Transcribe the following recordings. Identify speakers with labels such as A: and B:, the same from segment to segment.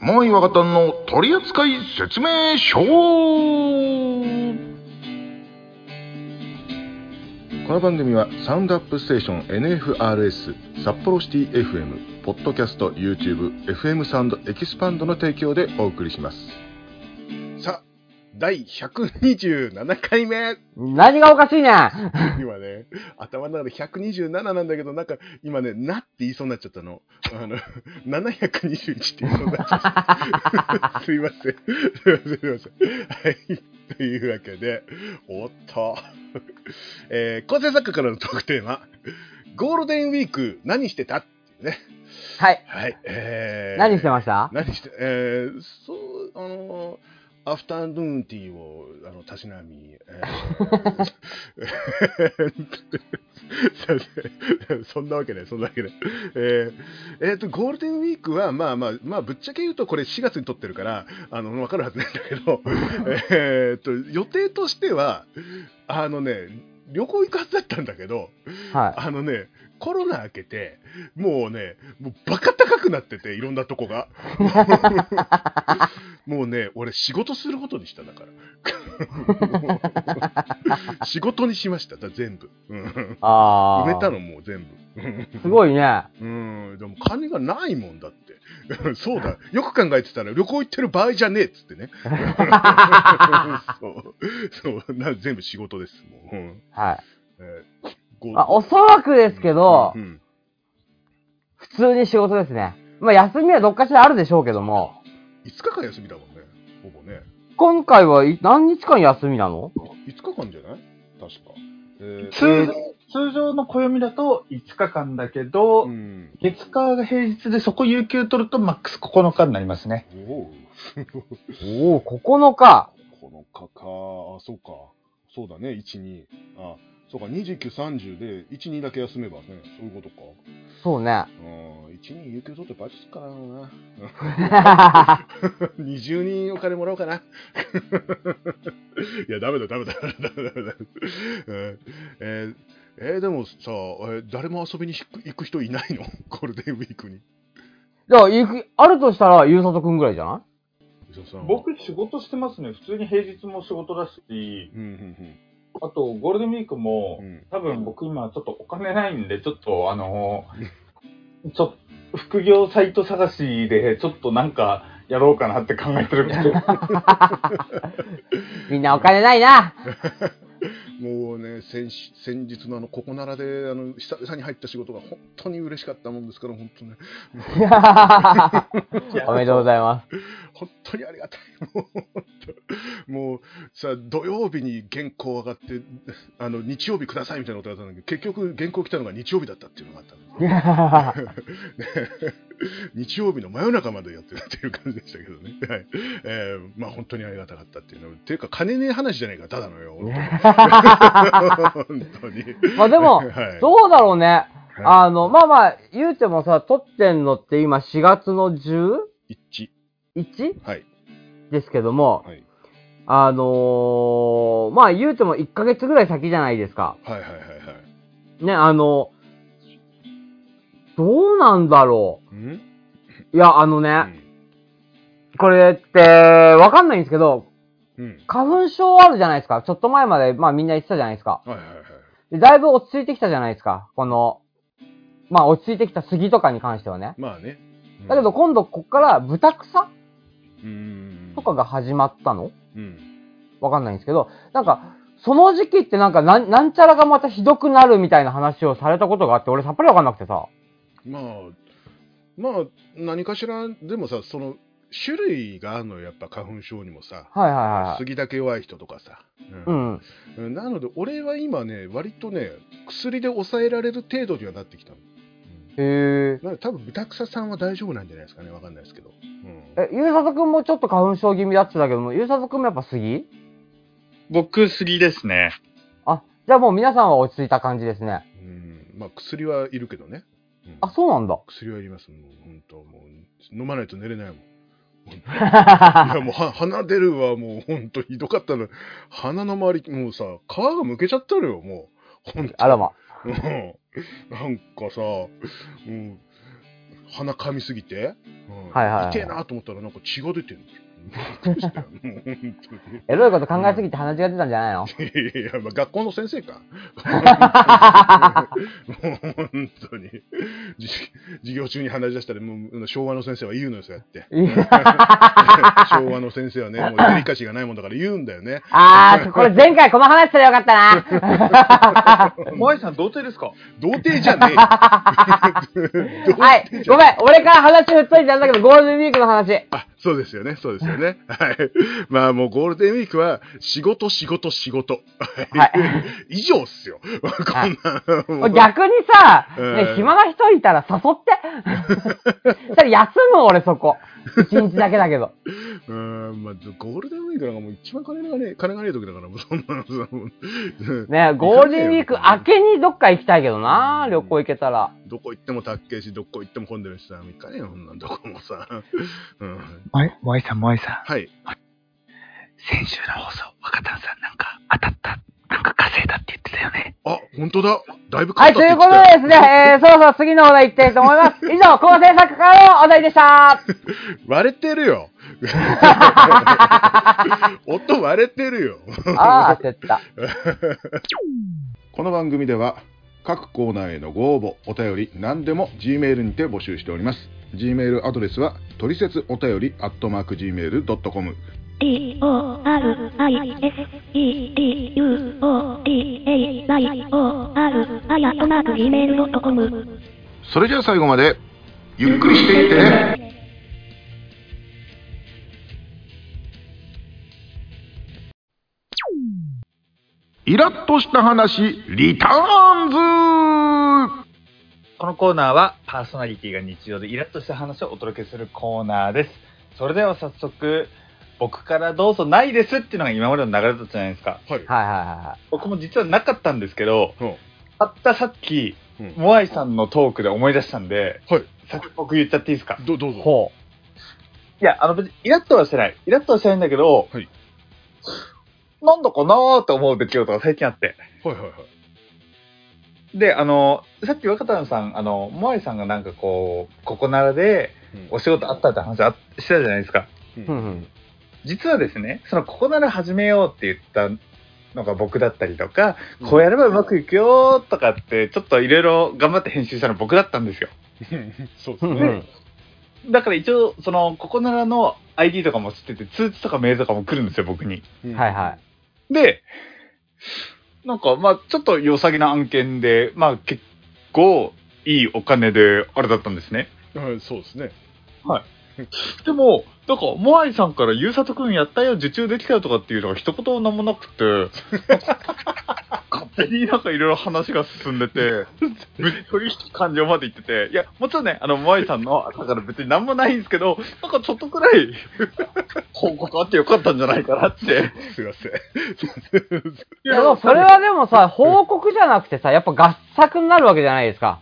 A: マイワガタンの取扱説明書この番組はサウンドアップステーション NFRS 札幌シティ FM ポッドキャスト YouTube FM サウンドエキスパンドの提供でお送りしますさあ第127回目
B: 何がおかしいねん
A: 今ね、頭の中で127なんだけど、なんか今ね、なって言いそうになっちゃったの。あの、721って言いそうになっちゃった。す いません。すいません、すいません。はい。というわけで、おっと。 えー、構成作家からのトークテーマ、ゴールデンウィーク何してたっていうね。
B: はい。
A: はい。えー、
B: 何してました
A: 何して、えー、そう、あのーアフタヌーンティーを、あの、たしなみ、えーそうね そんなわけない、そんなわけない。えーえーと、ゴールデンウィークは、まあまあ、まあ、ぶっちゃけ言うと、これ4月に撮ってるから、あの、わかるはずなんだけど、えーと、予定としては、あのね、旅行行くはずだったんだけど、
B: は
A: あのね、コロナ明けて、もうね、もうバカ高くなってて、いろんなとこ が。もうね、俺、仕事することにしただ から。仕事にしました、だ全部。うん
B: い。ああ。
A: 埋めたのもう全部。
B: すごいね。
A: うん、でも金がないもんだって。 そうだ、よく考えてたら旅行行ってる場合じゃねえっつって ね。そうそうな全部仕事です、もう。うん
B: はい。
A: えーゴー
B: まあ、おそらくですけど、
A: うんうん
B: 普通に仕事ですね。まあ、休みはどっかしらあるでしょうけども、
A: 5日間休みだもんね、ほぼね。
B: 今回はい何日間休みなの
A: 5日間じゃない確か。え
C: 通常通常の暦だと5日間だけど、
A: うん。
C: 月火が平日でそこ有給取るとマックス9日になりますね。
A: おお、
B: おお、9日。
A: このかか、あ、そうか。そうだね、1、2。あ、そうか、29、30で、1、2だけ休めばね、そういうことか。
B: そ うね。
A: うん、1、2、有給取ってバイトすっかな。
B: は
A: 20人お金もらおうかな。 いや、ダメだ、ダメだ、ダメだ、ダメだ。ダメだうんえーえーでもさ、えー誰も遊びにひく行く人いないの ゴールデンウィークに。
B: じゃあ、行く、あるとしたら、ゆうさとくんぐらいじゃない
A: 伊沢さんは
C: 僕仕事してますね。普通に平日も仕事だし、
A: うんうん
C: あとゴールデンウィークも
A: うん、うん。
C: 多分僕今ちょっとお金ないんで、ちょっとあのー、 ちょ副業サイト探しで、ちょっとなんかやろうかなって考えてるんですよ。
B: みんなお金ないな。
A: もうね、先し先日のあのここならであの久々に入った仕事が本当に嬉しかったもんですから、本当ね、
B: おめでとうござい ま
A: 本当にありがたい、もう本当もうさ、土曜日に原稿上がって、あの日曜日くださいみたいなことだったんだけど、結局、原稿来たのが日曜日だったっていうのがあったんです
B: す。
A: 日曜日の真夜中までやってるっていう感じでしたけどね、はいえーまあ、本当にありがたかったっていうのっていうか、金ねえ話じゃねえか、ただのよ、本当に。
B: まあでも、
A: はい
B: どうだろうね。
A: い
B: あの、まあまあ、言うてもさ、撮ってんのって今4月の 11?
A: 一致、はい、
B: ですけども、
A: はい、
B: あのー、まあ言うても1ヶ月ぐらい先じゃないですか。
A: はい、はい、はいはい。
B: ね、あの、どうなんだろ
A: うん
B: う。いや、あの
A: う
B: ね、
A: ん
B: これって、わかんないんですけど、
A: うん。
B: 花粉症あるじゃないですか。ちょっと前まで、まあみんな言ってたじゃないですか。
A: はいはいはい。
B: でだいぶ落ち着いてきたじゃないですか。この、まあ落ち着いてきた杉とかに関してはね。
A: まあね。うん
B: だけど、今度こっから豚草
A: うん
B: とかが始まったの
A: うん。
B: わかんないんですけど、なんか、その時期ってなんかなん、なんちゃらがまたひどくなるみたいな話をされたことがあって、俺さっぱりわかんなくてさ。
A: まあ、まあ、何かしら、でもさ、その、種類があるのよ、やっぱ花粉症にもさ。
B: はいはいはいはい。
A: 杉だけ弱い人とかさ。
B: う
A: うん
B: ん。
A: うんなので、俺は今ね、割とね、薬で抑えられる程度にはなってきたの。うん
B: へえ。
A: なので多分、ブタクサさんは大丈夫なんじゃないですかね。わかんないですけど。うん
B: え、ゆうさとくんもちょっと花粉症気味だって言ってたけども、ゆうさとくんもやっぱ杉
C: 僕、杉で すね。
B: あ、じゃあもう皆さんは落ち着いた感じですね。
A: うん。まあ、薬はいるけどね。うん
B: あ、そう なんだ。
A: 薬はいります。もう、本当もう、飲まないと寝れ ないもん。いや
B: は
A: もうは鼻出るわ、もうほんとひどかったの。鼻の周り、もうさ、皮がむけちゃったのよ、もう。ほんと。
B: あらま。
A: うんなんかさ、もう、鼻噛みすぎて、うん
B: はいはいはい
A: 痛えなと思ったらなんか血が出てるんですよ。びっくりしたよもう本当に
B: エロいこと考えすぎて鼻血が出たんじゃないの、
A: いやいや、まあ、学校の先生 か。もう本当に。じ授業中に話し出したら、もう昭和の先生は言うのよ、そうやって。
B: いや
A: 昭和の先生は ね、もうデリカシーがないもんだから言うんだよね。
B: あー、これ前回この話したらよかった な。
C: 萌えさん、童貞ですか
A: 童貞じゃね えよ。
B: はい、ごめん、俺から話振っといてなんだけど、ゴールデンウィークの話。
A: あ、そうですよね、そうですよね。はい。まあもうゴールデンウィークは、仕事、仕事、仕事。
B: はい。
A: 以上っすよ。こんなもう。
B: 逆にさ、
A: うん
B: ね、暇な人いたら誘 って。それ休む俺そこ。一日だけだけど。
A: うーん、まあ、ゴールデンウィークなんかもう一番金がね、金がねえ時だから、もうそんなの、そんなのうん
B: ね、ゴールデンウィーク明けにどっか行きたいけどな、旅行行けたら。
A: どこ行ってもたっけえし、どこ行っても混んでるしさ、もう行かねえよ、そんなんどこもさ。うん、
D: 萌え萌えさん、萌えさん。
A: はい。
D: 先週の放送、若旦さんなんか当たった、なんか稼いだって言ってたよね。
A: あ、本当だ。だいぶ
B: は
A: 買
B: い、
A: った
B: と
A: って言
B: いう
A: っ
B: こ
A: て
B: と
A: た
B: で
A: よ
B: ですね、えー、そろそろ次のお題いきたいと思い ます。以上、構成作家のお題でした。
A: 割れてる よ。音割れてるよ。
B: ああ、焦った。
A: この番組では各コーナーへのご応募お便り何でも G メールにて募集しております G メールアドレスは取説お便り gmail.com
E: D O R I S E D U O T A Y O R あやとなく Gmail.com
A: それじゃあ最後までゆっくりしていってねイラッとした話リターンズ
C: このコーナーはパーソナリティが日常でイラッとした話をお届けするコーナーです。それでは早速、僕からどうぞないですっていうのが今までの流れだったじゃないですか。
A: はい
B: はいはいはいはい。
C: 僕も実はなかったんですけど、
A: うん
C: たったさっき、
A: うん
C: モアイさんのトークで思い出したんで、
A: はい
C: 先僕言っちゃっていいですか
A: どどうぞ
B: ほ
C: いや、あの別にイラッとはしてない。イラッとはしてないんだけど、
A: はい
C: なんだかなーと思う出来事が最近あって。
A: はいはいはい
C: で、あの、さっき若田さん、あの、モアイさんがなんかこう、ここならで、お仕事あったって話あしてたじゃないですか。
B: う。うんうん。
C: 実はですね、そのここなら始めようって言ったのが僕だったりとか、こうやればうまくいくよーとかって、ちょっといろいろ頑張って編集したの僕だったんですよ。
A: そうです
B: うんう
A: ね
B: ん
C: だから一応、その、ここならの ID とかも知ってて、通知とかメールとかも来るんですよ、僕に。
B: はいはい。
C: で、なんか、まあちょっと良さげな案件で、まあ結構いいお金で、あれだったんですね。
A: い、うん、そうですね
C: でも、なんか、モアイさんから、ゆうさとくんやったよ、受注できたよとかっていうのが一言も何もなくて、勝手になんかいろいろ話が進んでて、無理取引完了まで行ってて、いや、もちろんね、あの、モアイさんの朝から別に何もないんですけど、なんかちょっとくらい、報告あってよかったんじゃないかなって。
A: すいません
B: いやでもそれはでもさ、報告じゃなくてさ、やっぱ合作になるわけじゃないで すか。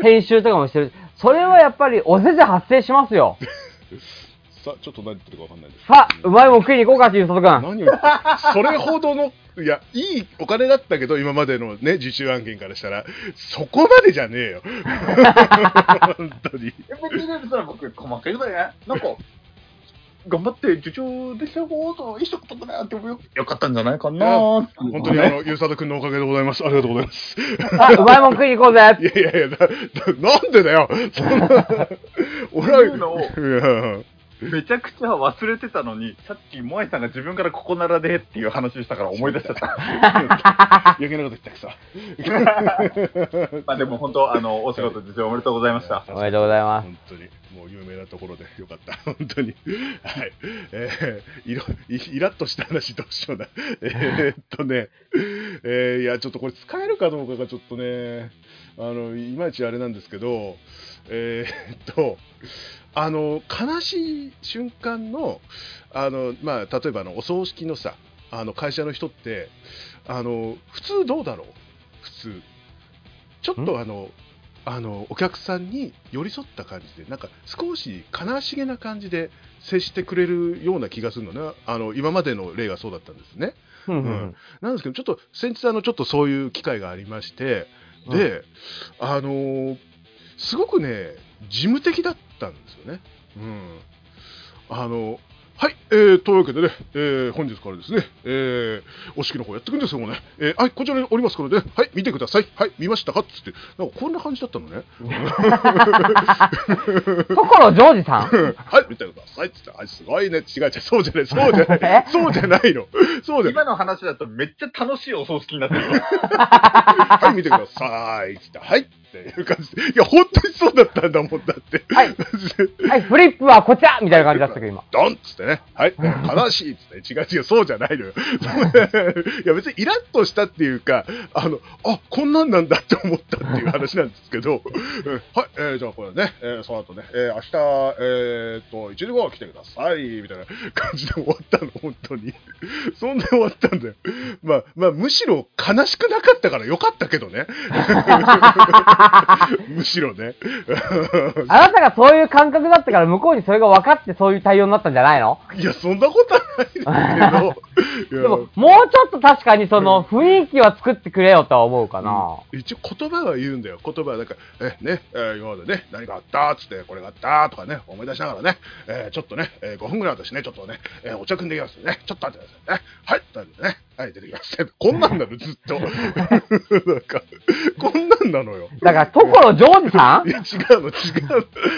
B: 編集とかもしてる。それはやっぱりお世辞発生しますよ。
A: さあちょっと何言ってるかわかんないです
B: さあ、うまいもん食いに行こうかっていう佐藤君。
A: 何を言ってそれほどのいやいいお金だったけど今までのね受注案件からしたらそこまでじゃねえよ本当に
C: いや別にね、別に僕、細かいことだね。なんか、頑張って受注できた方と一言くらいあってもよよかったんじゃないかなーっていう
A: 本当にあのゆうさとくんのおかげでございますありがとうございます
B: さあ、うまいもん食いに行こうぜ。
A: いやいやいやだだなんでだよそんな俺は
C: いうのを
A: うん
C: めちゃくちゃ忘れてたのに、さっき萌えさんが自分からここならでっていう話をしたから思い出しちゃった。
A: 余計なこと言ったくさ
C: まあでも本当、あの、お仕事受注おめでとうございました。
B: おめでとうございます。
A: 本当にもう有名なところでよかった 本当にはいえー、いろいイラッとした話どうしよう なえーっとねえーいやちょっとこれ使えるかどうかがちょっとねあのいまいちあれなんですけどえーっとあの悲しい瞬間のあの、まあ、例えばあのお葬式のさあの会社の人ってあの普通どうだろう普通ちょっとあのあのお客さんに寄り添った感じでなんか少し悲しげな感じで接してくれるような気がするのねあの今までの例がそうだったんですね。
B: うんうん
A: うんなんですけど、ちょっと先日あの、ちょっとそういう機会がありまして、
B: うん
A: で、あのーすごくね、事務的だったんですよね。うん、あのはい、えー、というわけでね、えー、本日からですね、えー、お式の方やっていくんですよ、もうね、えー、はい、こちらにおりますからね、はい、見てください、はい、見ましたかっつって、なんかこんな感じだったのね、
B: 所ジョージさん
A: はい、見てくださいっつって、あすごいね、違う違う、そうじゃない、そうじ ゃない、そうじゃないの、そうじゃない
C: 今、の話だとめっちゃ楽しいお葬式になってるよ。
A: はい、見てくださいっつって、はいっていう感じで、いや、本当にそうだったんだもんだって、
B: はい、はい、フリップはこちらみたいな感じだったけど、今。
A: ドンっつってね、はい、悲しいっつって、違う違う、そうじゃないのよ。 いや、別にイラッとしたっていうか、あの、あこんなんなんだって思ったっていう話なんですけど、 うんはい、えーじゃあこれね、えーその後ね、えー明日、えーっと、1時後来てください、みたいな感じで終わったの、本当に。 そんな終わったんだよ。まあ、まあ、むしろ悲しくなかったからよかったけどね。 むしろね。
B: あなたがそういう感覚だったから、向こうにそれが分かってそういう対応になったんじゃないの
A: いや、そんなことは ないですけど。いや
B: でも、もうちょっと確かにその雰囲気は作ってくれよとは思うかな。
A: 一応言葉は言うんだよ言葉はなんか、えねえー今までね何があったっつってこれがあったとかね思い出しながらね、えーちょっとね、えー5分ぐらい私ねちょっとね、えーお茶くんできますねちょっと待ってくださいねはいなんでねはい出てきます こんなんなのずっと なんかこんなんなのよ
B: だから、所ジョージさん
A: いや違うの違 うの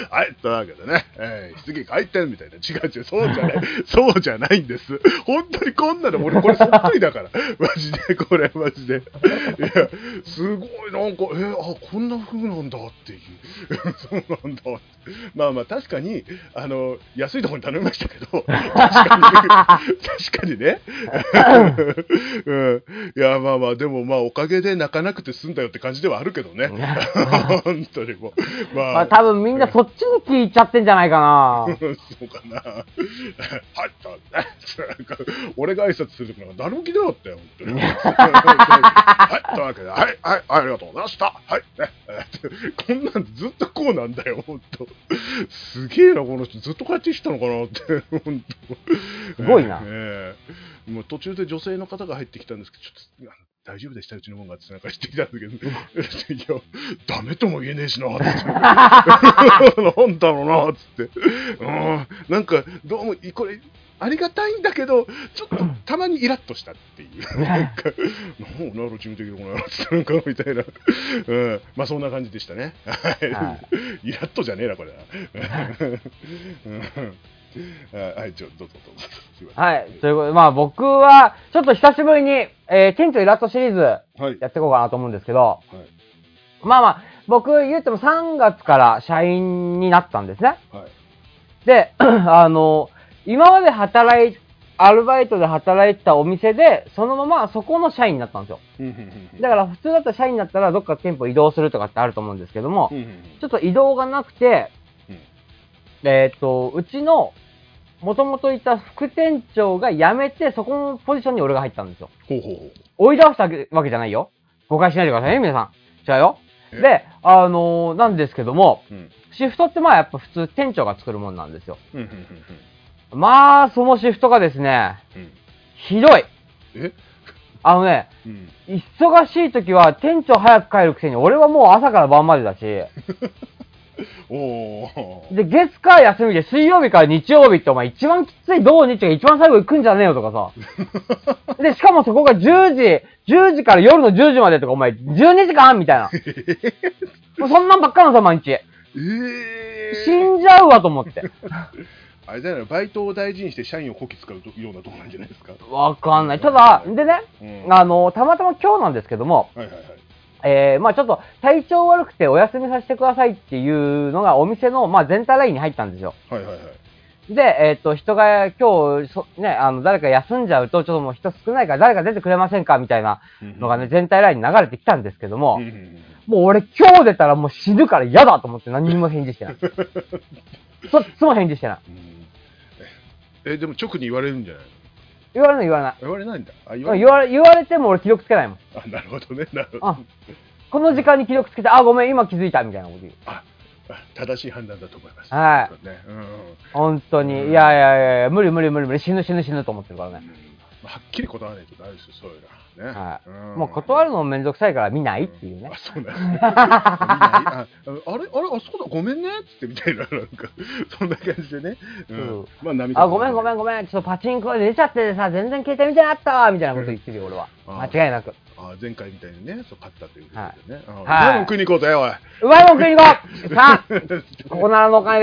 A: はいというわけでね、えー、棺回転みたいな違う違うそうじゃないそうじゃないんです本当にこんなの俺これそっくりだから マジでこれマジでいやすごいなんかえー、あこんな風なんだっていうそう なんだまあまあ確かにあの安いところに頼みましたけど確かに確かにねうんいやまあまあでもまあおかげで泣かなくて済んだよって感じではあるけどね本当にもうまあ、
B: まあ、多分みんなそっちに聞いちゃってんじゃないかな。
A: そうかな。はい、だね。なんか 俺が挨拶するときなんか誰も聞いてなかったよ、本当 に。はい、というわけで、はい、はい、ありがとうございました。はい、ね。えーってこんなんずっとこうなんだよ、本当。すげえな、この人。ずっとこうやってしたのかなって、本当。
B: すごいな
A: ええもう途中で女性の方が入ってきたんですけど、ちょっと。あの大丈夫でしたうちのもんがってなんかしてきたんですけど、いや、ダメとも言えねえしな、って。 なんだろうなっつって、うん、なんかどうもこれありがたいんだけどちょっとたまにイラッとしたっていうなんか「なんだろうチーム的にこの野郎」つってなんかみたいな、うん、まあそんな感じでしたね、はい
B: は
A: イラッとじゃねえなこれは、うんはいはいちょどうぞどうぞすいません
B: はい。ということで、まあ僕は、ちょっと久しぶりに、えー、店長イラットシリーズ
A: はい
B: やっていこうかなと思うんですけど、
A: はい
B: まあまあ、僕言っても3月から社員になったんですね。
A: はい
B: で、 あの、今まで働い、アルバイトで働いてたお店で、そのままそこの社員になったんですよ。
A: うんうん
B: だから普通だったら社員になったらどっか店舗移動するとかってあると思うんですけども、
A: うんうんうん
B: ちょっと移動がなくて、
A: うん
B: えっ、と、うちの、もともといた副店長が辞めて、そこのポジションに俺が入ったんですよ。
A: ほうほうほう
B: 追い出したわけじゃないよ。誤解しないでくださいね、皆さん。違うよ。
A: え
B: で、あのーなんですけども、
A: うん
B: シフトってまあやっぱ普通店長が作るもんなんですよ。
A: うんうんうん
B: まあ、そのシフトがですね、
A: うんうん
B: ひどい。
A: え
B: あのね、
A: うん
B: 忙しい時は店長早く帰るくせに、俺はもう朝から晩までだし、
A: おお
B: で、月火休みで水曜日から日曜日ってお前一番きつい土日が一番最後行くんじゃねえよとかさ。で、しかもそこが10時、10時から夜の10時までとかお前12時間みたいな。もうそんなんばっかなのさ、毎日。
A: ええ
B: 死んじゃうわと思って。
A: あれだよね、バイトを大事にして社員をこき使うようなとこなんじゃないですか。
B: わかんない。ただ、でね、
A: うん
B: あの、たまたま今日なんですけども、
A: はいはいはい。
B: えー、まあちょっと体調悪くてお休みさせてくださいっていうのがお店の、まあ全体ラインに入ったんですよ。
A: はいはいはい。
B: で、えっ、と、人が今日、そね、あの、誰か休んじゃうと、ちょっともう人少ないから誰か出てくれませんかみたいなのがね、全体ラインに流れてきたんですけども
A: うん、うんうん
B: もう俺今日出たらもう死ぬから嫌だと思って何にも返事して ない。そっちも返事してない。
A: うんえ、でも直に言われるんじゃないの
B: 言われない言われない。
A: 言われないんだ。あ、言わ
B: 言
A: れ
B: われ言われても俺記録つけないもん。
A: あ、なるほどね。なるほど。
B: あ、この時間に記録つけて、あ、ごめん、今気づいたみたいなこと言う。
A: あ、あ正しい判断だと思います。
B: はい
A: そうねうんうん
B: 本当に、いやいやいやいや、無理無理無理無理、死ぬ死ぬ死ぬと思ってるからね。
A: まはっきり断らないとダメですよ、そういうのは
B: は
A: ね。
B: い。もう断る
A: の
B: のもめんどくさいから見ないっていうね
A: あ、。そうなんですね見ないああれあれあそこだ、ごめんねっつってみたいな、なんか、そんな感じでね。うん
B: そう
A: まあ、涙
B: あ、ごめんごめん
A: ん。
B: ごめん。ちょっとパチンコで出ちゃってさ、全然携帯見てなかったわみたいなこと言ってるよ、俺は。
A: うん
B: 間違いなく。
A: あ前回みたいにね、そう勝ったということでね。はい
B: はい
A: 食いに行こうぜ、おい。
B: うまいもん食いに行こう さあ、ここならのお金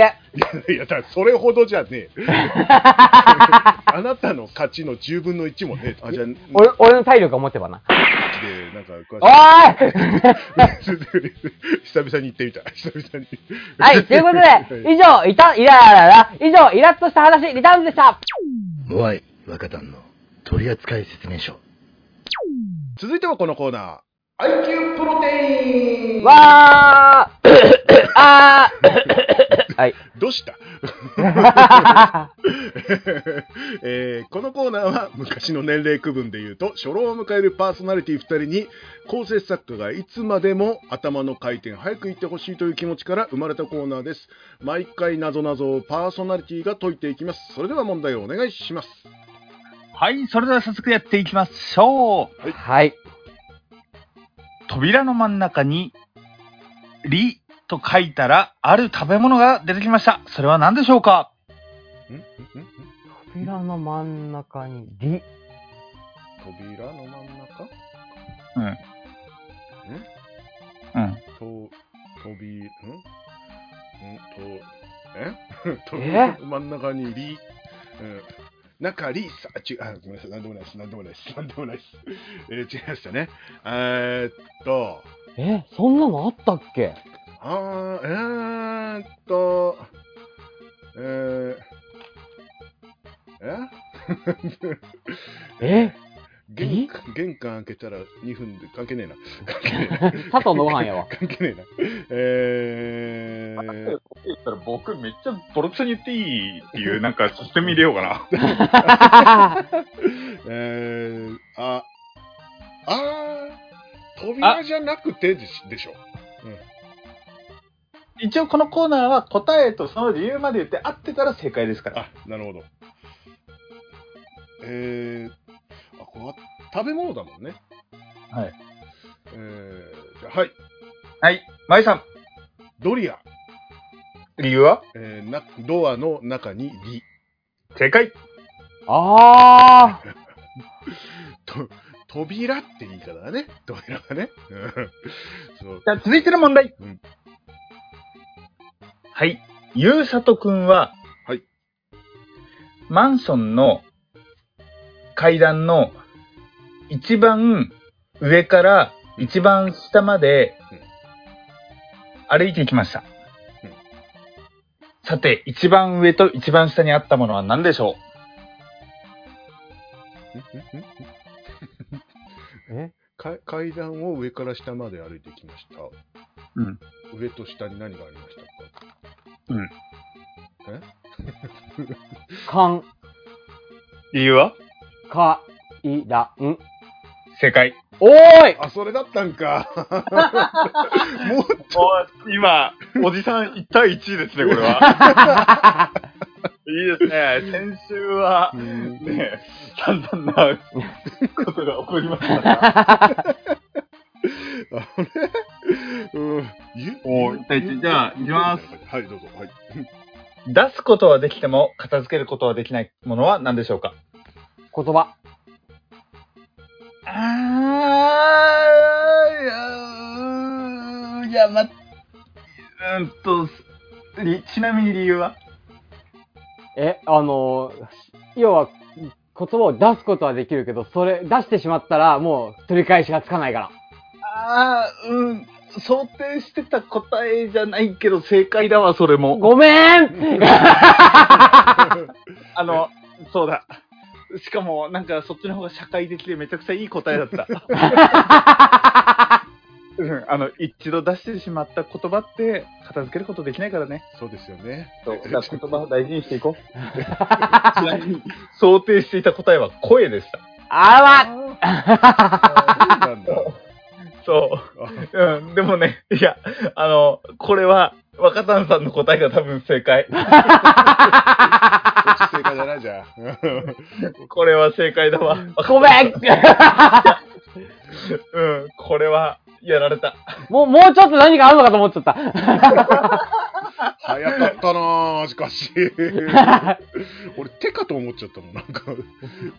B: で。
A: いや、だからそれほどじゃね え。あなたの勝ちの10分の1もね、あ、じゃあ、
B: 俺、俺の体力が持てばな。
A: で、なんか、詳
B: おーい
A: しい 久々に行ってみた。久々に。
B: はい、とい うことで、以上、いた、いららら、以上、イラッとした話、リターンズでした
F: モアイ若旦の取扱説明書
A: 続いてはこのコーナー。IQ プロテイン
B: わ ーあーはい。
A: どうした えーこのコーナーは昔の年齢区分でいうと初老を迎えるパーソナリティ2人に構成作家がいつまでも頭の回転早くいってほしいという気持ちから生まれたコーナーです毎回なぞなぞをパーソナリティが解いていきますそれでは問題をお願いします
C: はい、それでは早速やっていきましょう。
B: はい。
C: 扉の真ん中に、りと書いたら、ある食べ物が出てきました。それは何でしょうか
A: んんんん
B: 扉の真ん中に、り。
A: 扉の真ん中
C: うん。
A: と、とび、んんと、え と
B: え
A: 真ん中にり、うん、中り、さ、ちあ、ごめんなさい、なんでもないです、なんでもないです、なんでもないです。えー、違いましたね。えー、っと、
B: え、そんなのあったっけ
A: あー、えー、っと、えー、え
B: え
A: 玄関玄関開けたら2分で関係ねえな。関係ねえな。
B: 佐藤のご飯や わ。
A: 関係ねえな。えー、
C: 言ったら僕めっちゃボロクソに言っていいっていうなんかシステム入れようかな。
A: えー、あ、あー、扉じゃなくてでしでしょ。
C: 一応このコーナーは答えとその理由まで言って合ってたら正解ですから。
A: あ、なるほど。えー、あ、これは食べ物だもんね。
C: はい。
A: えー、じゃあはい。
C: はい。まいさん、
A: ドリア、
C: 理由は
A: えーな、ドアの中にリ。
C: 正解。
B: あー。
A: と、扉って言い方だね。扉がね。 うんそう。
C: じゃあ続いての問題。
A: うん
C: はい。ゆうさとくんは、
A: はい。
C: マンションの階段の一番上から一番下まで
A: うん
C: 歩いていきました。
A: うん
C: さて、一番上と一番下にあったものは何でしょ
A: んんん
B: え
A: か階段を上から下まで歩いてきました。
C: うん
A: 上と下に何がありましたか
B: かん、
C: う理由は
B: か、い、ら、ん。
C: 正解。
B: おーい
A: あ、それだったんか。 もう、
C: 今、おじさん1対1ですね、これ は。いいですね。先週はねえ、散々なことが起こりましたから。
A: あれうん。ゆ
C: おーじゃあじゃあ行きます。
A: はい、どうぞ。はい。
C: 出すことはできても、片付けることはできないものは何でしょうか
B: 言葉。
C: あー、いや、ま、うんと、ちなみに理由は
B: え、あのー、要は、言葉を出すことはできるけど、それ、出してしまったら、もう、取り返しがつかないから。
C: あー、うん、想定してた答えじゃないけど、正解だわ、それも。
B: ごめん
C: あの、そうだ。しかも、なんか、そっちの方が社会的でめちゃくちゃいい答えだった。うん、あの、一度出してしまった言葉って、片付けることできないからね。
A: そうですよね。
C: そう、だから言葉を大事にしていこ う。ちなみに、想定していた答えは声でした。
A: あ
B: あ
A: そうなんだ。
C: そ
A: あ
C: う。うん、でもね、いや、あの、これは、若旦さんの答えが多分正解。
A: こっち正解だな、じゃだ。
C: これは正解だわ。
B: ごめん
C: うん、これはやられた。
B: もう、もうちょっと何かあるのかと思っちゃった。
A: 早かったなぁ、しかし。 俺、手かと思っちゃったもん。なんか、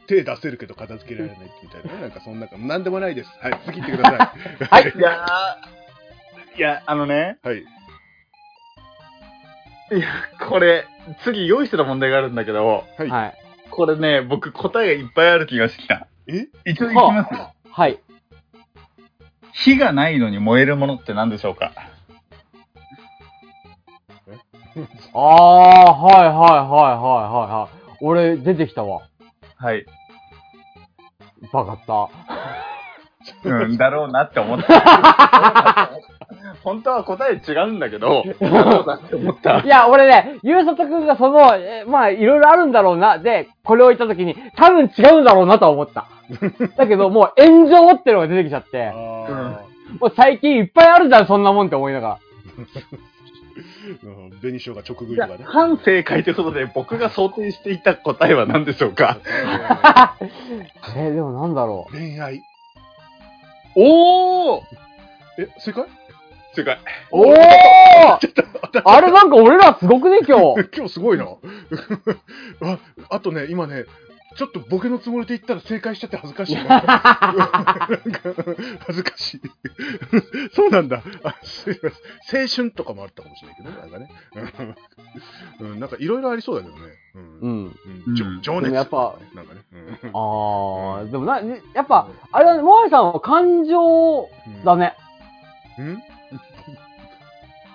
A: 手出せるけど片付けられないみたいな。なんか、そんなか、なんでもないです。はい、 次行ってくださ
B: はい。
C: いやーいや、あのね、
A: い。はい。
C: これ、次用意してた問題があるんだけど、
A: はい。
B: はい。
C: これね、僕答えがいっぱいある気がしてきた。
A: え
C: 一応いきますよ。
B: はい。
C: 火がないのに燃えるものって何でしょうか
B: ああ、はいはいはいはいはいはい。俺、出てきたわ。
C: はい。
B: バカった。
C: うん、だろうなって思った。本当は答え違うんだけど、だろうなって思った
B: い。や、俺ね、ゆうさとくんがその、えまあ、いろいろあるんだろうな、で、これを言ったときに、多分違うんだろうなとは思 った。だけど、もう炎上ってのが出てきちゃって、
A: あ
B: もう最近いっぱいあるじゃん、そんなもんって思いなが
A: ーうん紅しょうが直食い
C: い
A: と
C: や
A: かね。
C: 反省会ということで、僕が想定していた答えは何でしょうか
B: ら。 え、でもなんだろ
A: 恋愛。
C: おー
A: え、正解
C: 違う。
B: う。おーあれなんか俺らすごくね、今 日。
A: 今日すごいな。あ、あとね、今ね、ちょっとボケのつもりで言ったら正解しちゃって恥ずかしいな。 なんか恥ずかしい。 そうなんだ。あすいません。青春とかもあったかもしれないけどね、なんかね。 うんうん、なんかいろいろありそうだけどね。うん
B: うん。
A: うんじょ
C: うん
A: 情
B: で
A: 熱
B: もやっぱ
A: なんかね。うん
B: あー、でもな、やっぱ、あれだね、モアイさんは感情だね。
A: うんうん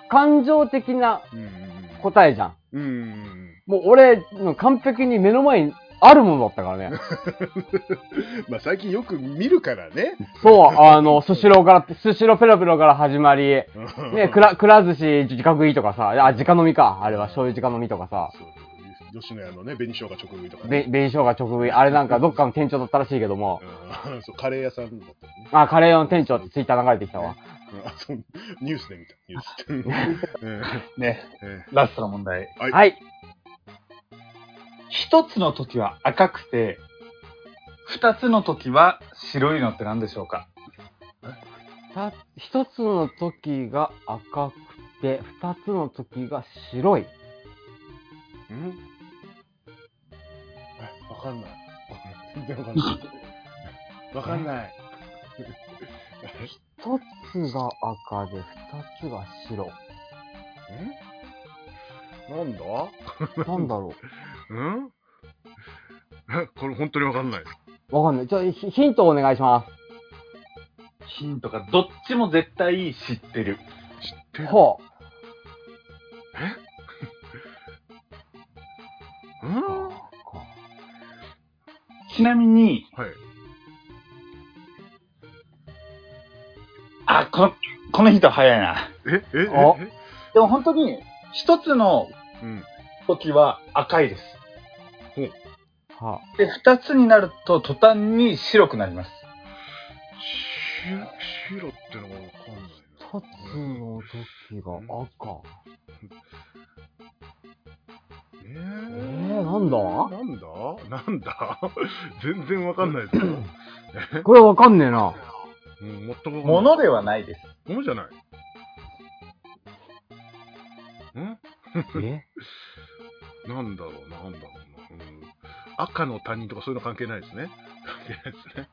B: 感情的な
A: うん
B: 答えじゃん。
A: うんうん
B: もう俺、完璧に目の前にあるものだったからね。
A: まあ最近よく見るからね。
B: そう、あの、スシローから、スシローペロペロから始まり、ね、
A: ね
B: くら、くら寿司自覚いいとかさ、あ、直飲みか。あれは醤油直飲みとかさ、
A: 吉野家のね、紅生姜直食いとか
B: べ
A: ね。
B: 紅生姜直食い、あれなんかどっかの店長だったらしいけども、
A: うん そうカレー屋さんだったよね。
B: あ、カレー用の店長ってツイッター流れてきたわ。
A: うん あそうニュースで見た、ニュース。え
C: ね、
A: ええ
C: ラストの問題。
A: はい
B: はい。
C: 一つの時は赤くて、二つの時は白いのって何でしょうか
B: た一つの時が赤くて、二つの時が白い。
A: えうんえわかんない。全然わかんない。わかんない。
B: 一つが赤で、二つが白。
A: えなんだ
B: なんだろ
A: うん えこれ本当にわかんない。
B: う。わかんない。じゃあ、ヒヒントお願いしま
C: ヒントがどっちも絶対知ってる。
A: 知って
B: す。
A: る
B: ほう。
A: うんは
C: ちなみに、
A: い。
C: あ、この、このヒントは早いな。
A: えええ
B: あ
A: え
C: でも本当に、一つの
A: うん。
C: 時は赤いです。
B: は
C: で、二つになると途端に白くなります。
A: し白ってのがわかんないな。
B: 二つの時が赤。
A: えー
B: えーなんだ
A: なんだ なんだ全然わかんないですよ。
B: これわかんねえな。
A: うん、全くわかんない
C: 物ではないです。
A: 物じゃない。ん
B: え
A: なんだろうな、なんだろうな。うん、赤の他人とかそういうの関係ないですね。関係ない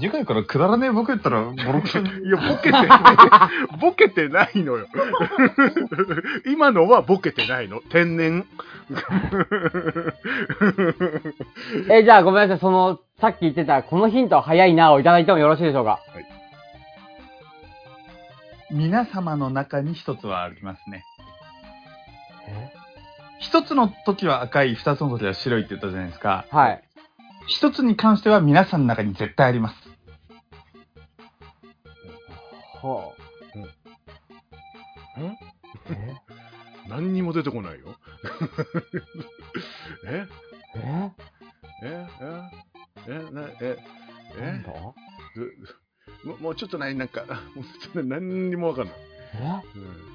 C: 次回からくだらねえ僕やったら、ボロクソに
A: ですね。いや、ボケて、ボケてないのよ。今のはボケてないの。天然。
B: え、じゃあごめんなさい。その、さっき言ってた、このヒントは早いなをいただいてもよろしいでしょうか。
C: 皆様の中に一つはありますね。
B: え
C: 一つの時は赤い、二つの時は白いって言ったじゃないですか。
B: はい。
C: 一つに関しては皆さんの中に絶対あります。
B: はあ、え
A: 何にも出てこないよ。え
B: えな
A: えええなえ
B: ん
A: え
B: だ
A: ずももうちょっとない、なんか、 もうちょっとない何にもわかんない。
B: え
A: うん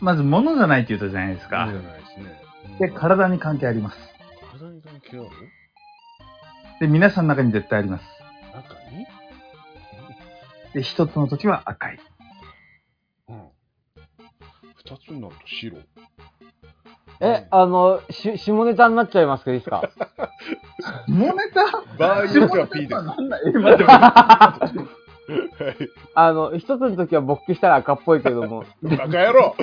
G: まず物じゃないって言ったじゃないです
A: いい
G: か
A: じゃ。ないですね。
G: で、体に関係あります。
A: 体に関係ある
G: で、皆さんの中に絶対あります。
A: 中に
G: で、一つの時は赤い。
A: うん。二つになると白。
B: え、あの、し、下ネタになっちゃいますけど、いいです か
G: モネタ
A: 場合によっては P です。は
G: なんだえ、待って待
A: い。
B: あの、一つの時は勃起したら赤っぽいけど も、
A: バカ野郎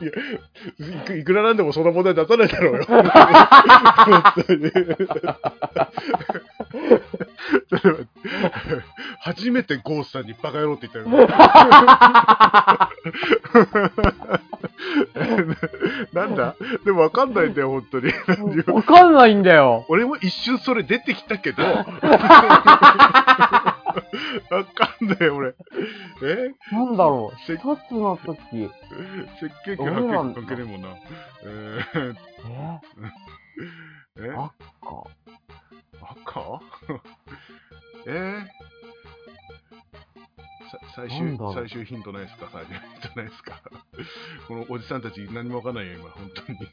A: いやいく、いくらなんでもその問題出さないだろうよ。本当にそれは初めてゴースさんにバカ野郎って言ったよ。なんだでもわかんないんだよ、本当に。
B: わかんないんだよ。
A: 俺も一瞬それ出てきたけど、わかんない、俺。え
B: なんだ ろう、
A: せ
B: 一つの時。
A: 設計権発見関係ねえもんな。えー、
B: え
A: え
B: あか。
A: 赤 えー、さ最
B: なん
A: 終
B: だろう
A: 最終ヒントないですか最終ヒントないですか このおじさんたち何もわかんないよ、今、本当
G: っ
A: に。
G: て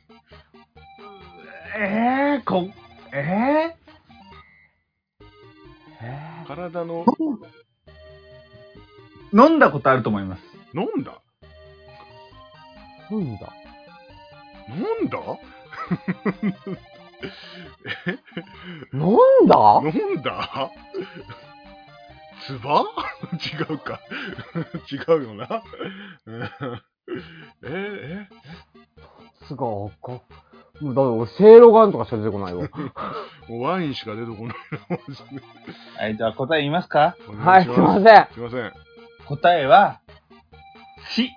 G: えー、こ、え
B: え
A: 体の、
G: ー、飲んだことあると思います。
A: 飲んだ
B: ー、なんだ
A: 飲んだ
B: なんだ
A: 飲んだ つば 違うか。 違うよな。 うんえー、え
B: すが赤。もうだめ、俺、せいろがんとかしか出てこないわ。
A: もうワインしか出てこない な。マジで
G: はい、じゃあ答え言いますか
A: お
B: は
A: 願
B: い、
A: し
B: すい
A: ま
B: ますせん。
A: すいません。
G: 答えは、死。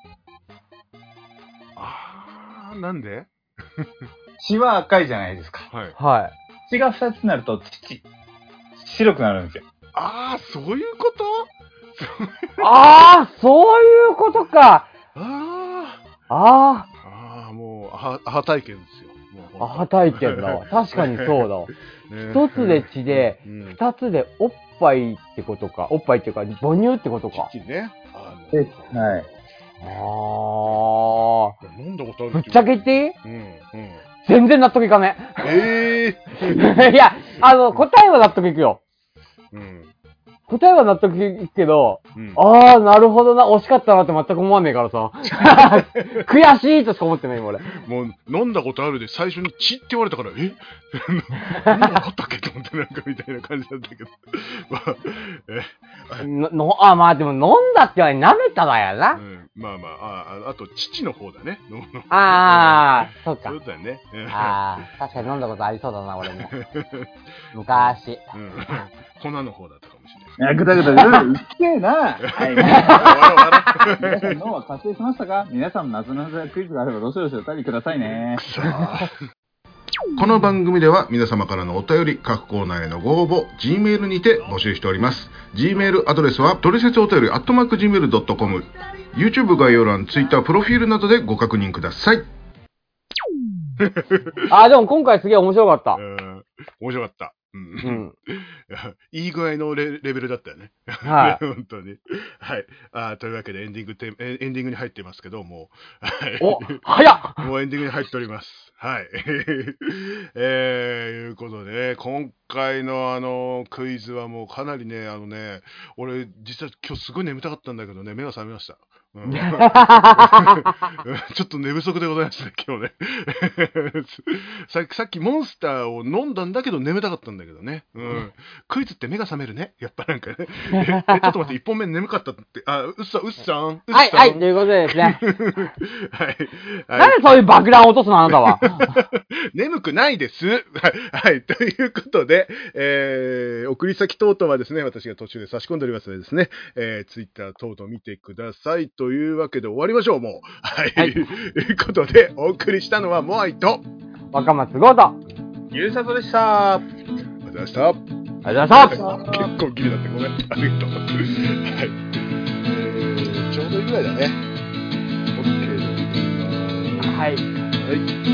A: あー、なんで
G: 血は赤いじゃないですか。
A: はい。
B: はい。
G: 血が二つになると、父。白くなるんですよ。
A: あー、そういう こと
B: あー、そういうことか。
A: あー、
B: あ
A: あーもう、アハアハ体験ですよ。もう
B: ー、アハ体験 だ わ。確かにそうだわ。
A: ね
B: 一つで血で、
A: うん、
B: 二つでおっぱいってことか。おっぱいっていうか、母乳ってことか。
A: 父ね。あ
G: え
A: の
G: はい。
B: あ
A: 飲んだことある
B: ー。ぶっちゃけ言
A: い
B: っ
A: う
B: ていい
A: うん、うん。
B: 全然納得いかね
A: え
B: え。いや、あの、答えは納得いくよ。
A: ー、うん。
B: 答えは納得いくけど、
A: うん、
B: あー、なるほどな、惜しかったなって全く思わねえから さ。悔しいとしか思ってない、今俺。
A: もう飲んだことあるで最初に血って言われたから、え 飲んだことあったっけと思ってなんかみたいな感じだったけど。 まあ、え
B: の、のあ、まあでも飲んだって言われ、舐めたわよ
A: う
B: な。
A: ん、まあまあ、あああと父の方だね。飲むの
B: あー、そうか
A: そ。うだね。うん
B: あー、確かに飲んだことありそうだな、俺も。昔。
A: うん、粉の方だったかもしれない。
G: いや、ぐだぐだぐだ。うっけえな。はい。皆さん脳は完成しましたか皆さんも謎の謎やクイズがあればどうしようしお便りくださいね。
A: この番組では皆様からのお便り、各コーナーへのご応募、G メールにて募集しております。G メールアドレスは、トリセツお便り、アットマーク Gmail.com、YouTube 概要欄、Twitter、プロフィールなどでご確認ください。
B: あー、でも今回すげえ面白かった。
A: 面白かった。うん
B: うん。
A: いい具合のレレベルだったよね。
B: はい。
A: 本当に。はい。あーというわけでエンディングテーマエンエンディングに入ってますけど、もう。はい
B: お、早っ
A: もうエンディングに入っております。はい。 えー、いうことで、ね、今回のあの、クイズはもうかなりね、あのね、俺、実は今日すごい眠たかったんだけどね、目が覚めました。うん ちょっと寝不足でございますね、今日ね さっき。さっきモンスターを飲んだんだけど眠たかったんだけどね。うん、クイズって目が覚めるね。やっぱなん かね。ええちょっと待って、一本目眠かったって。あ、うっさん、うっさん。うっさん
B: はい、はい、ということでですね。
A: はい。はい
B: なんでそういう爆弾を落とすの、あなたは。
A: 眠くないです。 はい。はいということで、えー、送り先等々はですね、私が途中で差し込んでおりますのでですね、えー、ツイッター等々見てください。というわけで終わりましょう、もう。はい。
B: はい
A: ということで、お送りしたのはモアイと、あり
B: 若松豪と。
G: ゆうさとでした。
A: がとうございました。
B: ありがとうございました。
A: 結構ギリだった。ごめん。ありがとう。はい。えーちょうどいいぐらいだね。OK でございます
B: はい。
A: はい。